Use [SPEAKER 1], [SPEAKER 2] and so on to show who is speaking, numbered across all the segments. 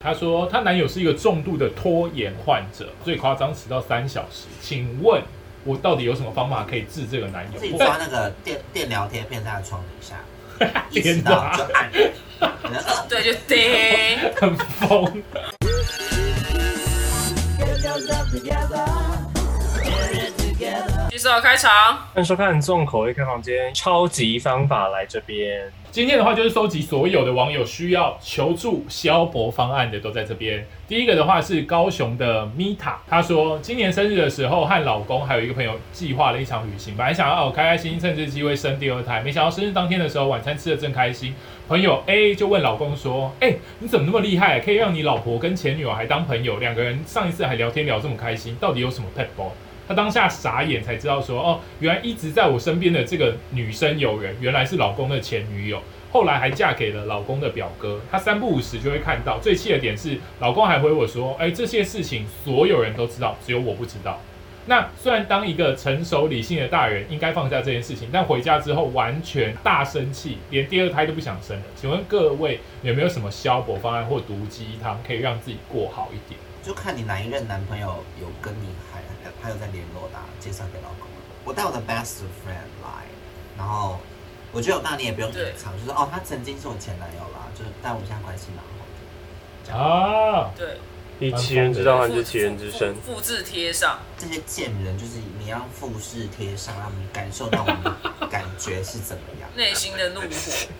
[SPEAKER 1] 她说她男友是一个重度的拖延患者，最夸张迟到三小时。请问我到底有什么方法可以治这个男
[SPEAKER 2] 自己
[SPEAKER 1] 友？
[SPEAKER 2] 抓 那个电电疗贴片在他床底下，一
[SPEAKER 1] 天
[SPEAKER 2] 直到
[SPEAKER 1] 哪
[SPEAKER 2] 就，按，然后呃
[SPEAKER 3] 对，就对，
[SPEAKER 1] 很疯。
[SPEAKER 3] 举手开场。
[SPEAKER 4] 欢迎收看《重口味开房间》，超级方法来这边。
[SPEAKER 1] 今天的话就是收集所有的网友需要求助消博方案的都在这边。第一个的话是高雄的 Mita，她说今年生日的时候和老公还有一个朋友计划了一场旅行，本来想要哦开开心心，趁这机会生第二胎，没想到生日当天的时候晚餐吃的正开心，朋友 A 就问老公说：“哎、你怎么那么厉害，可以让你老婆跟前女友还当朋友，两个人上一次还聊天聊这么开心，到底有什么 p e b b l 他当下傻眼，才知道说哦，原来一直在我身边的这个女生友人，原来是老公的前女友，后来还嫁给了老公的表哥。他三不五时就会看到。最气的点是，老公还回我说：“哎，这些事情所有人都知道，只有我不知道。”那虽然当一个成熟理性的大人应该放下这件事情，但回家之后完全大生气，连第二胎都不想生了。请问各位有没有什么消薄方案或毒鸡汤可以让自己过好一点？
[SPEAKER 2] 就看你哪一任男朋友有跟你还还有在联络的啊、介绍给老公。我带我的 best friend 来，然后我觉得我刚刚你也不用隐
[SPEAKER 3] 对
[SPEAKER 2] 藏，就是哦，他曾经是我前男友啦，就是但我们现在关系蛮好的。
[SPEAKER 1] 啊，
[SPEAKER 3] 对，
[SPEAKER 5] 以其人之道还治其人之身。
[SPEAKER 3] 复复制贴上，
[SPEAKER 2] 这些贱人就是你要复试贴上，让你感受到我们的感觉是怎么 样。
[SPEAKER 3] 内心的怒火。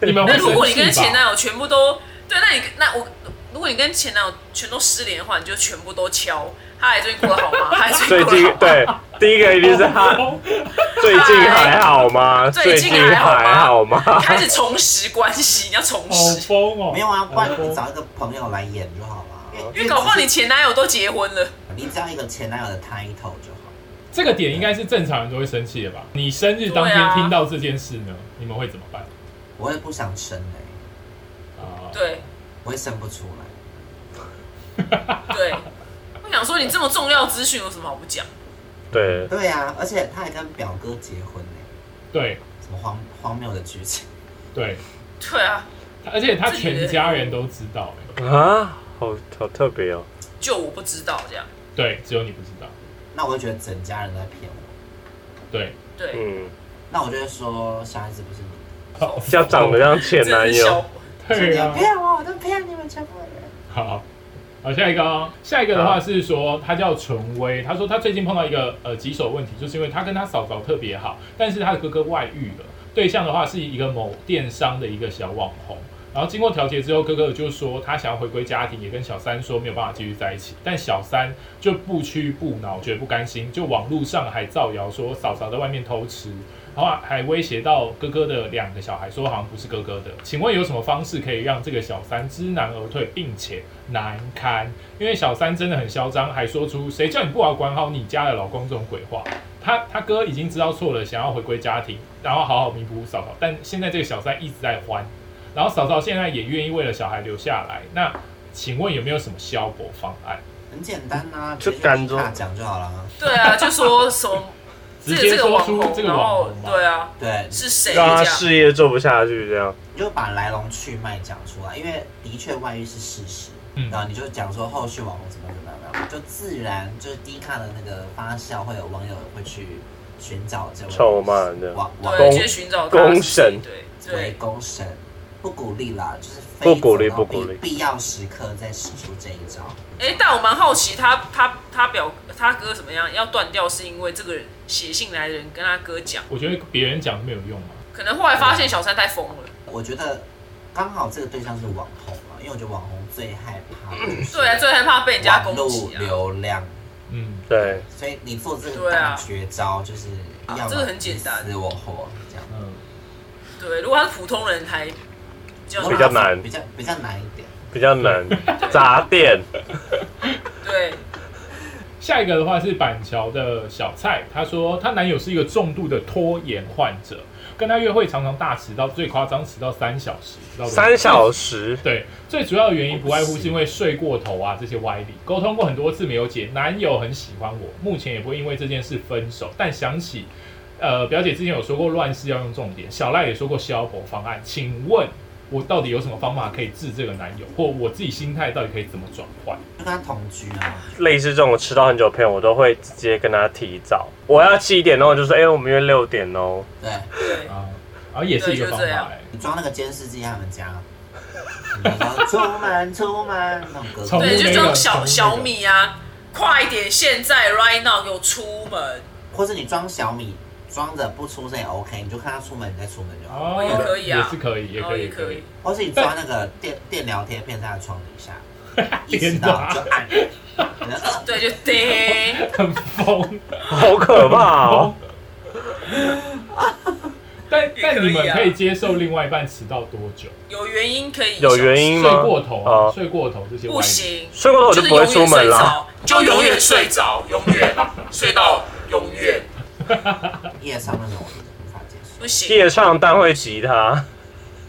[SPEAKER 1] 你们会
[SPEAKER 3] 那
[SPEAKER 1] 生气吧？
[SPEAKER 3] 如果你跟前男友全部都对，那你那我，如果你跟前男友全都失联的话，你就全部都敲。他还最近过得好 吗？他还
[SPEAKER 5] 最
[SPEAKER 3] 最近
[SPEAKER 5] 近
[SPEAKER 3] 过得好吗
[SPEAKER 5] 对第一个一定是他，最近还好吗？
[SPEAKER 3] 最
[SPEAKER 5] 最
[SPEAKER 3] 近
[SPEAKER 5] 近
[SPEAKER 3] 还
[SPEAKER 5] 还
[SPEAKER 3] 好
[SPEAKER 5] 好吗？
[SPEAKER 3] 开始重拾关系，你要重
[SPEAKER 1] 好
[SPEAKER 3] 拾，
[SPEAKER 1] 疯哦！
[SPEAKER 2] 没有啊，不然
[SPEAKER 1] 好疯
[SPEAKER 2] 你找一个朋友来演就好了。
[SPEAKER 3] 因哎为搞不好你前男友都结婚了。
[SPEAKER 2] 你只要一个前男友的 title 就好。
[SPEAKER 1] 这个点应该是正常人都会生气的吧？你生日当
[SPEAKER 3] 对
[SPEAKER 1] 天
[SPEAKER 3] 啊
[SPEAKER 1] 听到这件事呢，你们会怎么办？
[SPEAKER 2] 我也不想生哎、
[SPEAKER 1] 啊、
[SPEAKER 3] 对
[SPEAKER 2] 我也生不出来。
[SPEAKER 3] 对，我想说你这么重要资讯有什么好不讲？
[SPEAKER 5] 对，
[SPEAKER 2] 对啊，而且他还跟表哥结婚哎、
[SPEAKER 1] 对
[SPEAKER 2] 什么荒荒谬的剧情？
[SPEAKER 1] 对，
[SPEAKER 3] 对啊，
[SPEAKER 1] 他而且他全家人都知道、欸，
[SPEAKER 5] 啊，好好特别哦。
[SPEAKER 3] 就我不知道这样。
[SPEAKER 1] 对，只有你不知道，
[SPEAKER 2] 那我就觉得整家人都在骗我。
[SPEAKER 1] 对，
[SPEAKER 3] 对，
[SPEAKER 5] 嗯，
[SPEAKER 2] 那我就会说，小孩子不是你的，
[SPEAKER 5] 要长得像前
[SPEAKER 3] 真的
[SPEAKER 5] 男
[SPEAKER 3] 是小
[SPEAKER 5] 友，
[SPEAKER 2] 是
[SPEAKER 1] 对
[SPEAKER 2] 你们
[SPEAKER 1] 啊，
[SPEAKER 2] 骗我，我都骗你们全部人。
[SPEAKER 1] 好。好，下一个哦，下一个的话是说，他叫纯威，他说他最近碰到一个呃棘手问题，就是因为他跟他嫂嫂特别好，但是他的哥哥外遇了，对象的话是一个某电商的一个小网红，然后经过调解之后，哥哥就说他想要回归家庭，也跟小三说没有办法继续在一起，但小三就不屈不挠，绝不甘心，就网路上还造谣说嫂嫂在外面偷吃，然后啊还威胁到哥哥的两个小孩，说好像不是哥哥的。请问有什么方式可以让这个小三知难而退，并且难堪？因为小三真的很嚣张，还说出谁叫你不好好管好你家的老公这种鬼话。他他哥已经知道错了，想要回归家庭，然后好好弥补嫂嫂，但现在这个小三一直在欢，然后嫂嫂现在也愿意为了小孩留下来。那请问有没有什么消薄方案？
[SPEAKER 2] 很简单呐、啊，
[SPEAKER 5] 嗯就
[SPEAKER 2] 直接
[SPEAKER 5] 赶走
[SPEAKER 2] 大讲就好了。
[SPEAKER 3] 对啊，就说什么
[SPEAKER 1] 直
[SPEAKER 3] 这
[SPEAKER 1] 接
[SPEAKER 3] 个
[SPEAKER 1] 说
[SPEAKER 3] 网
[SPEAKER 1] 出
[SPEAKER 3] 红，
[SPEAKER 1] 这个
[SPEAKER 3] 然
[SPEAKER 1] 网
[SPEAKER 3] 后
[SPEAKER 1] 红吧。
[SPEAKER 3] 对啊，
[SPEAKER 2] 对，
[SPEAKER 3] 是谁这
[SPEAKER 5] 让他
[SPEAKER 3] 样？
[SPEAKER 5] 事业做不下去，这样
[SPEAKER 2] 你就把来龙去脉讲出来，因为的确外遇是事实。
[SPEAKER 1] 嗯
[SPEAKER 2] 然后你就讲说后续网红怎么怎么样怎么样，就自然就是低卡的那个发酵，会有网友会去寻找这位
[SPEAKER 5] 臭骂人的
[SPEAKER 2] 网网
[SPEAKER 3] 对，
[SPEAKER 5] 公
[SPEAKER 3] 直接寻找他的
[SPEAKER 5] 公
[SPEAKER 3] 事情
[SPEAKER 5] 神
[SPEAKER 3] 对
[SPEAKER 2] 为
[SPEAKER 3] 对，
[SPEAKER 2] 公神，不鼓励啦，就是非
[SPEAKER 5] 不鼓励
[SPEAKER 2] 走到必
[SPEAKER 5] 不鼓励
[SPEAKER 2] 必要时刻再使出这一招。
[SPEAKER 3] 哎、但我蛮好奇他他他表他哥怎么样要断掉，是因为这个人写信来的人跟他哥讲，
[SPEAKER 1] 我觉得别人讲没有用啊。
[SPEAKER 3] 可能后来发现小三太疯了。
[SPEAKER 2] 我觉得刚好这个对象是网红嘛，因为我觉得网红最害 怕的就是
[SPEAKER 3] 对啊，最害怕被人家
[SPEAKER 2] 网
[SPEAKER 3] 攻
[SPEAKER 2] 络
[SPEAKER 3] 击啊。
[SPEAKER 2] 流量，
[SPEAKER 1] 嗯，
[SPEAKER 5] 对，
[SPEAKER 2] 所以你做这个
[SPEAKER 3] 对啊
[SPEAKER 2] 大绝招就是要么
[SPEAKER 3] 这个很简单
[SPEAKER 2] 你死我活这样。
[SPEAKER 1] 嗯，
[SPEAKER 3] 对，如果他是普通人还比较
[SPEAKER 5] 比较难
[SPEAKER 2] 比较比较难一点。
[SPEAKER 5] 比较难。 砸店，
[SPEAKER 3] 对，
[SPEAKER 1] 下一个的话是板桥的小蔡，她说她男友是一个重度的拖延患者，跟她约会常常大迟到，最夸张迟到三小时，知道吗
[SPEAKER 5] 三小时，
[SPEAKER 1] 对，最主要的原因不外乎是因为睡过头啊这些歪理，沟通过很多次没有解，男友很喜欢我，目前也不会因为这件事分手，但想起。呃，表姐之前有说过乱世要用重点，小赖也说过消薄方案，请问我到底有什么方法可以治这个男友，或我自己心态到底可以怎么转换？
[SPEAKER 2] 就跟他同居啊。
[SPEAKER 5] 类似这种迟到很久的朋友，我都会直接跟他提早。我要七点哦，我就说，哎、我们约六点哦。
[SPEAKER 2] 对
[SPEAKER 3] 对，
[SPEAKER 1] 啊，然后也是一个方法、
[SPEAKER 3] 对就这样
[SPEAKER 1] 欸，
[SPEAKER 2] 你装那个监视器在他们 家，然后充满充满那种歌
[SPEAKER 1] 宠物
[SPEAKER 3] 对，
[SPEAKER 1] 没
[SPEAKER 3] 就
[SPEAKER 1] 有
[SPEAKER 3] 这种
[SPEAKER 1] 宠物
[SPEAKER 3] 小
[SPEAKER 1] 没有
[SPEAKER 3] 小米啊，快一点，现在 right now 给我出门，
[SPEAKER 2] 或是你装小米，装着不出声也 OK，你就看他出门，你再出门就好。
[SPEAKER 1] 哦
[SPEAKER 3] 也可以啊
[SPEAKER 1] 也是可以，也
[SPEAKER 3] 然
[SPEAKER 1] 可
[SPEAKER 3] 后
[SPEAKER 1] 以，
[SPEAKER 3] 也可以。。
[SPEAKER 2] 或是你装那个电电疗贴片在他床底下， 一
[SPEAKER 1] 天
[SPEAKER 2] 知到就
[SPEAKER 1] 哪，
[SPEAKER 2] 按，呃然后
[SPEAKER 3] 对，就 叮，
[SPEAKER 1] 很疯，
[SPEAKER 5] 好可怕哦！
[SPEAKER 1] 但但你
[SPEAKER 3] 也可
[SPEAKER 1] 们
[SPEAKER 3] 以啊
[SPEAKER 1] 可以接受另外一半迟到多久？
[SPEAKER 3] 有原因可以，
[SPEAKER 5] 有原因吗
[SPEAKER 1] 睡过头啊，
[SPEAKER 5] 哦
[SPEAKER 1] 睡过头这些
[SPEAKER 3] 不
[SPEAKER 1] 歪理，
[SPEAKER 3] 行，
[SPEAKER 5] 睡过头我
[SPEAKER 3] 就
[SPEAKER 5] 就是不会出门啦。
[SPEAKER 3] 就永 远睡着，永远啊睡到永远
[SPEAKER 2] 夜上那种我就无法接受，
[SPEAKER 3] 不行。
[SPEAKER 5] 夜唱单会吉他，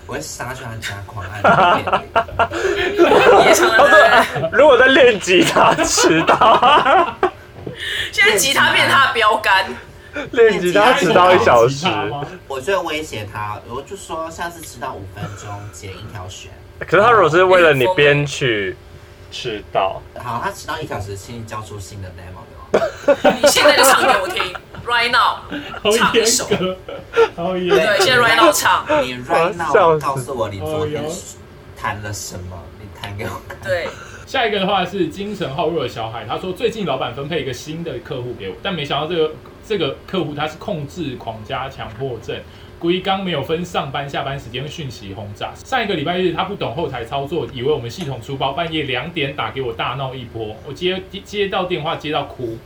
[SPEAKER 2] 我会杀去他家狂按电疗贴片。
[SPEAKER 3] 夜 唱的，
[SPEAKER 5] 如果在练吉他迟到，啊
[SPEAKER 3] 现在吉他变成他的标杆，
[SPEAKER 5] 练吉他迟到一小时
[SPEAKER 1] 吉，他吗
[SPEAKER 2] 我就会威胁他，我就说下次迟到五分钟剪一条弦。
[SPEAKER 5] 可是他如果是为了你编曲迟到，
[SPEAKER 2] 好，他迟到一小时，请你交出新的 demo 给我。
[SPEAKER 3] 你现在就唱给我听，right now，
[SPEAKER 1] 好
[SPEAKER 3] 唱一
[SPEAKER 1] 严
[SPEAKER 3] 首。
[SPEAKER 1] 格，好严
[SPEAKER 3] 对，
[SPEAKER 1] 格。
[SPEAKER 3] 现在 right now 唱，
[SPEAKER 2] 你 right
[SPEAKER 5] 我要
[SPEAKER 2] now
[SPEAKER 5] 笑死
[SPEAKER 2] 告诉我你昨天
[SPEAKER 1] 哦哟
[SPEAKER 2] 弹了什么，你弹给我看。
[SPEAKER 3] 对，
[SPEAKER 1] 下一个的话是精神好弱的小海，他说最近老板分配一个新的客户给我，但没想到这个这个客户他是控制狂加强迫症。龟刚没有分上班下班时间讯息轰炸。上一个礼拜日，他不懂后台操作，以为我们系统出包，半夜两点打给我大闹一波。我接接到电话接到哭，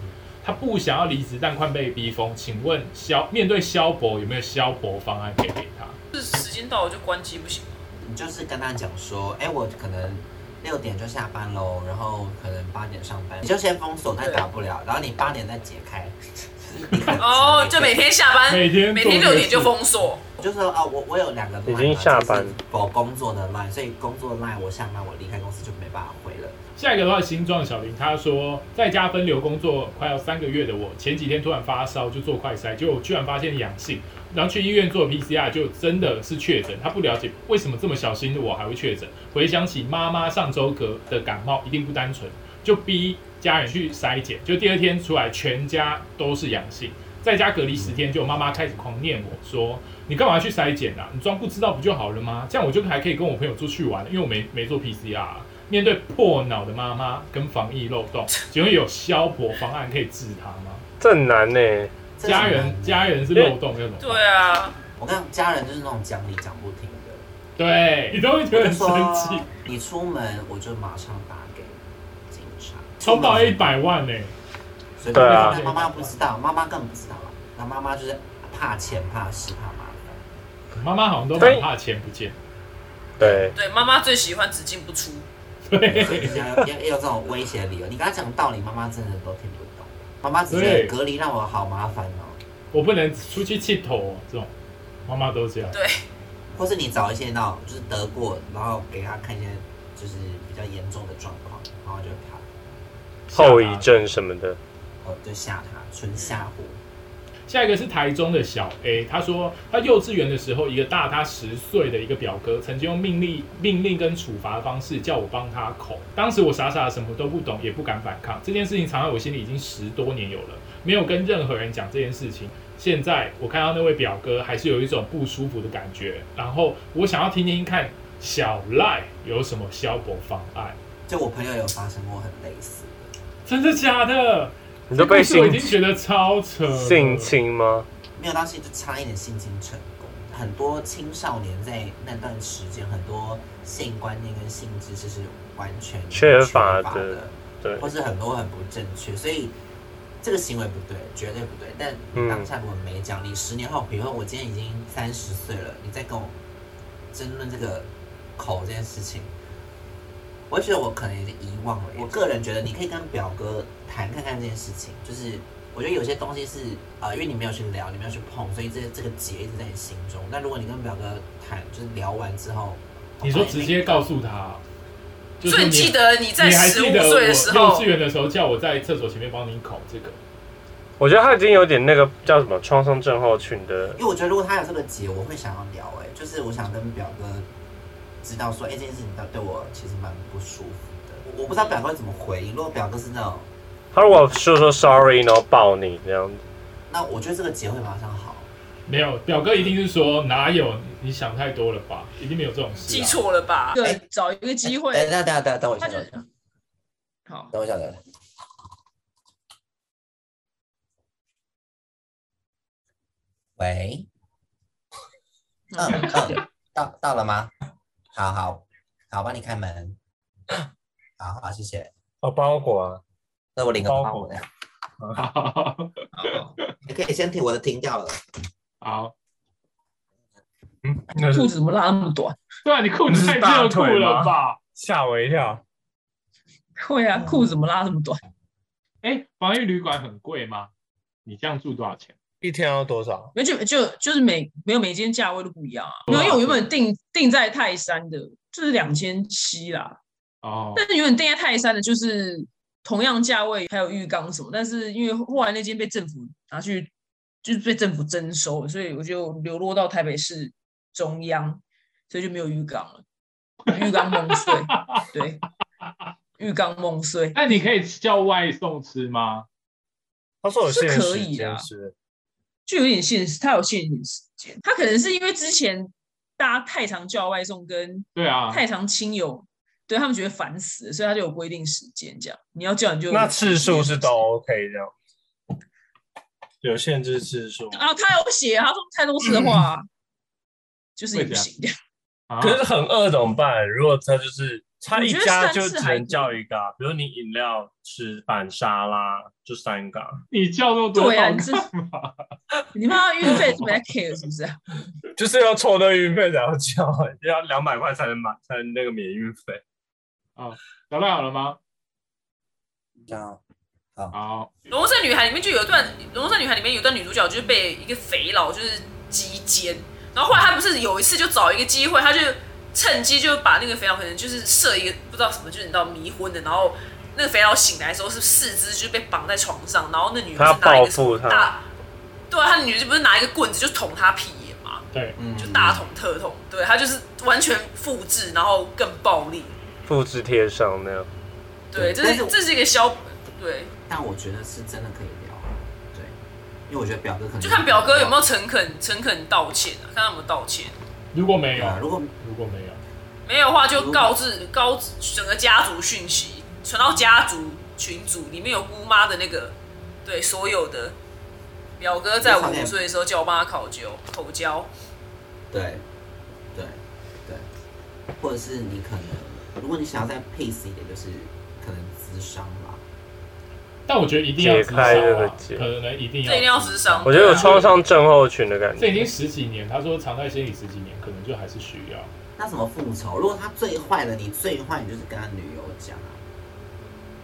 [SPEAKER 1] 他不想要离职，但快被逼疯。请问消面对消博有没有消博方案可以给他？
[SPEAKER 3] 是时间到了就关机不行吗。
[SPEAKER 2] 你就是跟他讲说，哎、我可能六点就下班喽，然后可能八点上班，你就先封锁，但打不了，然后你八点再解开。
[SPEAKER 3] 哦，就每天下班，
[SPEAKER 1] 每天
[SPEAKER 3] 每天
[SPEAKER 1] 做
[SPEAKER 3] 六
[SPEAKER 1] 一
[SPEAKER 3] 点就
[SPEAKER 1] 次
[SPEAKER 3] 封锁，
[SPEAKER 2] 就说啊、我我有两个 line
[SPEAKER 5] 已经下班了
[SPEAKER 2] 我工作的 line，所以工作 line 我下班我离开公司就没办法回了。
[SPEAKER 1] 下一个的话，形状小林他说，在家分流工作快要三个月的我，前几天突然发烧，就做快筛，结果居然发现阳性，然后去医院做 PCR，就真的是确诊。他不了解为什么这么小心的我还会确诊。回想起妈妈上周隔的感冒，一定不单纯，就逼家人去筛检，就第二天出来，全家都是阳性，在家隔离十天，就我妈妈开始狂念我说。你干嘛去筛检啊？你装不知道不就好了吗？这样我就还可以跟我朋友出去玩，因为我没没做 PCR 啊、面对破脑的妈妈跟防疫漏洞，请问有消薄方案可以治它吗？
[SPEAKER 5] 这很难呢、
[SPEAKER 2] 这
[SPEAKER 1] 家
[SPEAKER 2] 是很
[SPEAKER 1] 人
[SPEAKER 2] 难
[SPEAKER 1] 家，人是漏洞那种，
[SPEAKER 3] 对啊，
[SPEAKER 2] 我跟你讲家人就是那种讲理讲不听的。
[SPEAKER 1] 对，你都会觉得很
[SPEAKER 2] 就
[SPEAKER 1] 生气
[SPEAKER 2] 说。你出门我就马上打给警察，
[SPEAKER 1] 充保一百万欸呢、
[SPEAKER 2] 随便
[SPEAKER 5] 对啊
[SPEAKER 2] 那妈妈不知道，妈妈更不知道啊。那妈妈就是怕钱、怕事、怕麻烦。
[SPEAKER 1] 妈妈好像都很怕钱不见。
[SPEAKER 5] 对，
[SPEAKER 3] 对，妈妈最喜欢只进不出，
[SPEAKER 1] 对，
[SPEAKER 2] 所以就是要要要有这种威胁理由。你跟她讲道理，妈妈真的都听不懂。妈妈只觉
[SPEAKER 1] 对
[SPEAKER 2] 得隔离让我好麻烦哦，
[SPEAKER 1] 我不能出去气头、哦，这种妈妈都这样。
[SPEAKER 3] 对，
[SPEAKER 2] 或是你找一些那种就是得过，然后给她看一些就是比较严重的状况，然后就怕
[SPEAKER 5] 后遗症什么的，
[SPEAKER 2] 哦就吓她，纯吓唬。
[SPEAKER 1] 下一个是台中的小 A，他说他幼稚园的时候，一个大他十岁的一个表哥，曾经用命令、命令跟处罚的方式叫我帮他口。当时我傻傻的什么都不懂，也不敢反抗。这件事情藏在我心里已经十多年有了，没有跟任何人讲这件事情。现在我看到那位表哥，还是有一种不舒服的感觉。然后我想要听听看小赖有什么消薄方案，
[SPEAKER 2] 就我朋友有发生过很类似的，
[SPEAKER 1] 真的假的？
[SPEAKER 5] 你都被
[SPEAKER 1] 这故事我
[SPEAKER 5] 性
[SPEAKER 1] 已经觉得超扯了，
[SPEAKER 5] 性侵吗？
[SPEAKER 2] 没有到现在就差一点性侵成功。很多青少年在那段时间，很多性观念跟性知识是完全
[SPEAKER 5] 缺乏
[SPEAKER 2] 乏
[SPEAKER 5] 的对
[SPEAKER 2] 或是很多很不正确，所以这个行为不对，绝对不对。但
[SPEAKER 5] 嗯
[SPEAKER 2] 你当下如果没讲，你十年后，比如说我今天已经三十岁了，你再跟我争论这个口这件事情，我会觉得我可能已经遗忘了。我个人觉得你可以跟表哥谈看看这件事情，就是我觉得有些东西是呃，因为你没有去聊，你没有去碰，所以这这个结一直在你心中。那如果你跟表哥谈，就是聊完之后，哦
[SPEAKER 1] 你说直接告诉他，就是
[SPEAKER 3] 所以
[SPEAKER 1] 你
[SPEAKER 3] 你记得你在
[SPEAKER 1] 你还
[SPEAKER 3] 十
[SPEAKER 1] 记
[SPEAKER 3] 五
[SPEAKER 1] 得我
[SPEAKER 3] 岁的时
[SPEAKER 1] 幼
[SPEAKER 3] 候
[SPEAKER 1] 稚，园的时候叫我在厕所前面帮你口这个，
[SPEAKER 5] 我觉得他已经有点那个叫什么创伤症候群的
[SPEAKER 2] 因为我觉得如果他有这个结，我会想要聊、欸，哎，就是我想跟表哥知道说，哎、这件事情到对我其实蛮不舒服的。我我不知道表哥会怎么回应，如果表哥是那种，
[SPEAKER 5] 他如果说说 sorry，然后抱你这样子，
[SPEAKER 2] 那我觉得这个结会马上好。
[SPEAKER 1] 没有，表哥一定是说哪有，你想太多了吧，一定没有这种事、
[SPEAKER 3] 记
[SPEAKER 1] 啊。
[SPEAKER 3] 错了吧？
[SPEAKER 2] 哎
[SPEAKER 6] 对，找一个机会
[SPEAKER 2] 哎，等一下等一下等一下等我一下，
[SPEAKER 6] 他就
[SPEAKER 2] 等我一下，
[SPEAKER 6] 好，
[SPEAKER 2] 等我一下，等我一下。喂，嗯嗯， 到到了吗？好好好，我帮你开门。好好，谢谢。
[SPEAKER 4] 哦，包裹啊，
[SPEAKER 2] 那我领个
[SPEAKER 4] 包
[SPEAKER 2] 包
[SPEAKER 4] 裹
[SPEAKER 2] 我的，
[SPEAKER 1] 好，
[SPEAKER 6] 好，
[SPEAKER 2] 你可以先停，我的停掉了。
[SPEAKER 1] 好，
[SPEAKER 4] 嗯，那
[SPEAKER 6] 裤
[SPEAKER 4] 是
[SPEAKER 6] 子怎么拉那么短？
[SPEAKER 1] 对啊，你裤子太热裤了吧？
[SPEAKER 4] 吓我一跳。
[SPEAKER 6] 会啊，裤子怎么拉那么短？
[SPEAKER 1] 哎，防疫旅馆很贵吗？你这样住多少钱？
[SPEAKER 5] 一天要多少？
[SPEAKER 6] 没有就就就是每没有每间价位都不一样啊。没有，因为我原本定定在泰山的，就是两千七啦。
[SPEAKER 1] 哦，
[SPEAKER 6] 但是原本定在泰山的，就是同样价位，还有浴缸什么。但是因为后来那间被政府拿去，就是被政府征收了，所以我就流落到台北市中央，所以就没有浴缸了。浴缸梦碎，对，浴缸梦碎。
[SPEAKER 1] 那你可以叫外送吃吗？
[SPEAKER 4] 他说有限
[SPEAKER 6] 是可
[SPEAKER 4] 时
[SPEAKER 6] 以啊
[SPEAKER 4] 间是，
[SPEAKER 6] 就有点限时，它有限定时间。它可能是因为之前大家太常叫外送跟
[SPEAKER 1] 对啊，
[SPEAKER 6] 太常亲友，对他们觉得烦死了，所以它就有规定时间这样。你要叫你就
[SPEAKER 4] 那次数是都 OK 这样，有限制次数。
[SPEAKER 6] 啊，他有写，他说太多次的话、啊就是也不行这样。
[SPEAKER 1] 啊
[SPEAKER 4] 可是很饿怎么办？如果他就是他
[SPEAKER 6] 我
[SPEAKER 4] 一
[SPEAKER 6] 觉得
[SPEAKER 4] 家
[SPEAKER 6] 三
[SPEAKER 4] 就
[SPEAKER 6] 次
[SPEAKER 4] 只
[SPEAKER 6] 还
[SPEAKER 4] 能叫一个啊、比如你饮料、吃饭、沙拉就三个啊、
[SPEAKER 1] 你叫都多
[SPEAKER 6] 对啊，
[SPEAKER 1] 少
[SPEAKER 6] 你
[SPEAKER 1] 干
[SPEAKER 6] 这
[SPEAKER 1] 嘛？
[SPEAKER 6] 你怕运费没在 care 是不是啊？
[SPEAKER 4] 就是要凑那运费才要叫、 要两百块才能买，才能那个免运费。
[SPEAKER 1] 找到好了吗？
[SPEAKER 2] 这样，
[SPEAKER 1] 好，
[SPEAKER 3] 《龙色女孩》里面就有一段，《龙色女孩》里面有一段女主角就是被一个肥佬就是击奸，然后后来她不是有一次就找一个机会，她就趁机就把那个肥佬可能就是设一个不知道什么，就是你知道迷昏的，然后那个肥佬醒来的时候是四肢就被绑在床上，然后那女的
[SPEAKER 5] 他
[SPEAKER 3] 是拿一
[SPEAKER 5] 报
[SPEAKER 3] 个什么
[SPEAKER 5] 复他，
[SPEAKER 3] 大，对啊，她女的就不是拿一个棍子就捅她屁眼嘛，
[SPEAKER 1] 对，
[SPEAKER 2] 嗯
[SPEAKER 3] 就大捅特捅，对，她就是完全复制，然后更暴力，
[SPEAKER 5] 复制贴上那样。
[SPEAKER 3] 对，
[SPEAKER 2] 对
[SPEAKER 3] 这
[SPEAKER 2] 但是
[SPEAKER 3] 是
[SPEAKER 2] 我
[SPEAKER 3] 这是一个消，对，
[SPEAKER 2] 但我觉得是真的可以聊，啊对，因为我觉得表哥可能
[SPEAKER 3] 就看表哥有没有诚恳诚恳道歉啊，看他有没有道歉。
[SPEAKER 1] 如果没有，
[SPEAKER 2] 对啊，如果
[SPEAKER 1] 如果没有，
[SPEAKER 3] 没有的话就告知告知整个家族讯息，传到家族群组里面有姑妈的那个，对所有的表哥在我五岁的时候叫我帮他烤酒口交，
[SPEAKER 2] 对，对，对，或者是你可能，如果你想要再 peace 一点，就是可能智商吧。
[SPEAKER 1] 但我觉得一定要
[SPEAKER 5] 解
[SPEAKER 1] 直
[SPEAKER 5] 开这
[SPEAKER 1] 销
[SPEAKER 5] 个
[SPEAKER 1] 啊，
[SPEAKER 5] 结
[SPEAKER 1] 可能一定
[SPEAKER 3] 这
[SPEAKER 1] 要，
[SPEAKER 3] 一定要智商。
[SPEAKER 5] 我觉得有
[SPEAKER 3] 对啊
[SPEAKER 5] 创伤症候群的感
[SPEAKER 1] 这已
[SPEAKER 5] 觉。
[SPEAKER 1] 经十几年，他说藏在心里十几年，可能就还是需要。
[SPEAKER 2] 那怎么复仇？如果他最坏的，你最坏，你就是跟他女友讲啊。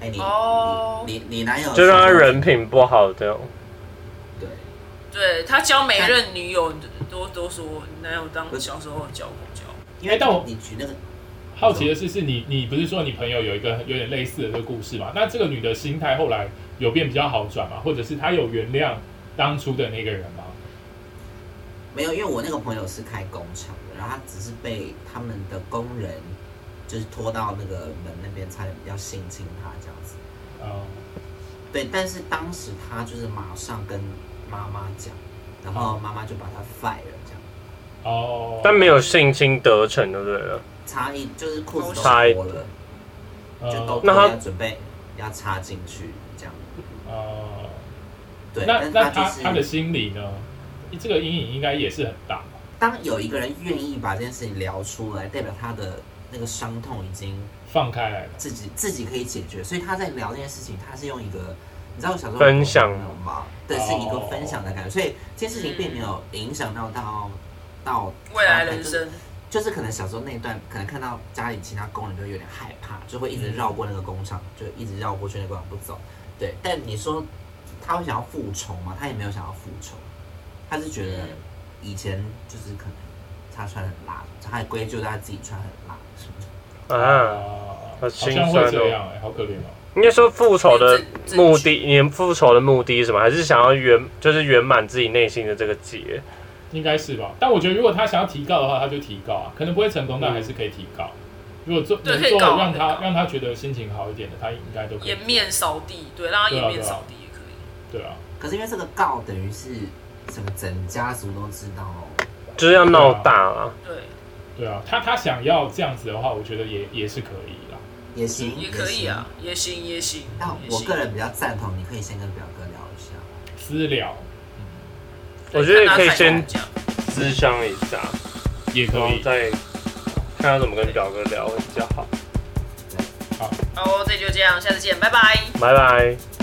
[SPEAKER 2] 哎、你、
[SPEAKER 3] 哦
[SPEAKER 2] 你你你男友
[SPEAKER 5] 就让他人品不好这样，
[SPEAKER 2] 对，
[SPEAKER 3] 对他交每任女友都都说你男友当小时候教口交，
[SPEAKER 5] 哎
[SPEAKER 2] 因为
[SPEAKER 1] 但我
[SPEAKER 2] 你举那个
[SPEAKER 1] 好奇的是，是你你不是说你朋友有一个有点类似的这个故事嘛？那这个女的心态后来有变比较好转嘛？或者是她有原谅当初的那个人吗？
[SPEAKER 2] 没有，因为我那个朋友是开工厂的，然后他只是被他们的工人就是拖到那个门那边，差点要性侵他这样子。
[SPEAKER 1] 嗯，
[SPEAKER 2] 对，但是当时他就是马上跟妈妈讲，然后妈妈就把他 fire 了，这样
[SPEAKER 1] 哦，
[SPEAKER 5] 但没有性侵得逞就对了。
[SPEAKER 2] 差一就是裤子都
[SPEAKER 5] 差一
[SPEAKER 2] 脱了，就都
[SPEAKER 1] 呃
[SPEAKER 5] 那他
[SPEAKER 2] 要准备要插进去这样。
[SPEAKER 1] 呃，
[SPEAKER 2] 对，但
[SPEAKER 1] 那
[SPEAKER 2] 是
[SPEAKER 1] 那
[SPEAKER 2] 他
[SPEAKER 1] 她
[SPEAKER 2] 就是
[SPEAKER 1] 她的心理呢？这个阴影应该也是很大吧？
[SPEAKER 2] 当有一个人愿意把这件事情聊出来，代表他的那个伤痛已经
[SPEAKER 1] 放开来了，
[SPEAKER 2] 自己自己可以解决，所以他在聊这件事情，他是用一个你知道我小时候
[SPEAKER 5] 分享哦
[SPEAKER 2] 有吗？对，是一个分享的感觉，所以这件事情并没有影响到到到
[SPEAKER 3] 未来
[SPEAKER 2] 他
[SPEAKER 3] 人
[SPEAKER 2] 就是
[SPEAKER 3] 生
[SPEAKER 2] 就是可能小时候那一段，可能看到家里其他工人就有点害怕，就会一直绕过那个工厂，就一直绕过去那个工厂不走。对，但你说他会想要复仇吗？他也没有想要复仇，他是觉得
[SPEAKER 3] 嗯
[SPEAKER 2] 以前就是可能他穿很辣，他还归咎他自己穿很辣什么的。
[SPEAKER 6] 哦
[SPEAKER 5] 啊，
[SPEAKER 1] 啊
[SPEAKER 5] 好
[SPEAKER 1] 好
[SPEAKER 5] 心
[SPEAKER 1] 像
[SPEAKER 5] 酸哦
[SPEAKER 1] 会这样、欸，好可怜哦。
[SPEAKER 5] 应该说复仇的
[SPEAKER 3] 这
[SPEAKER 5] 目的，你复仇的目的是什么？还是想要圆，就是圆满自己内心的这个结？
[SPEAKER 1] 应该是吧？但我觉得如果他想要提告的话，他就提告啊，可能不会成功，但还是可以提告。如果做
[SPEAKER 3] 对
[SPEAKER 1] 能
[SPEAKER 3] 可以
[SPEAKER 1] 做
[SPEAKER 3] 告
[SPEAKER 1] 让
[SPEAKER 3] 可以
[SPEAKER 1] 他
[SPEAKER 3] 告
[SPEAKER 1] 让他觉得心情好一点的，他应该都可以
[SPEAKER 3] 颜。面扫地，对，让他颜面扫地也可以。
[SPEAKER 1] 对啊，
[SPEAKER 2] 可是因为这个告等于是整个整家族都知道哦，
[SPEAKER 5] 就是要闹大啦。
[SPEAKER 3] 对，
[SPEAKER 1] 对啊，他他想要这样子的话，我觉得也也是可以啦。
[SPEAKER 2] 也行，
[SPEAKER 3] 也可以
[SPEAKER 2] 行
[SPEAKER 3] 啊。，也行也行。
[SPEAKER 2] 但
[SPEAKER 3] 也
[SPEAKER 2] 我
[SPEAKER 3] 行
[SPEAKER 2] 个人比较赞同，你可以先跟表哥聊一下。
[SPEAKER 1] 私聊
[SPEAKER 3] 对
[SPEAKER 5] 我觉得
[SPEAKER 3] 嗯看他
[SPEAKER 5] 可以
[SPEAKER 3] 采
[SPEAKER 5] 先
[SPEAKER 3] 访这样
[SPEAKER 5] 咨商一下，
[SPEAKER 1] 也
[SPEAKER 5] 然
[SPEAKER 1] 可
[SPEAKER 5] 后
[SPEAKER 1] 以。
[SPEAKER 5] 再看他怎么跟表哥聊会比较好。
[SPEAKER 3] 哦好，这就这样，下次见，拜拜。
[SPEAKER 5] 拜拜。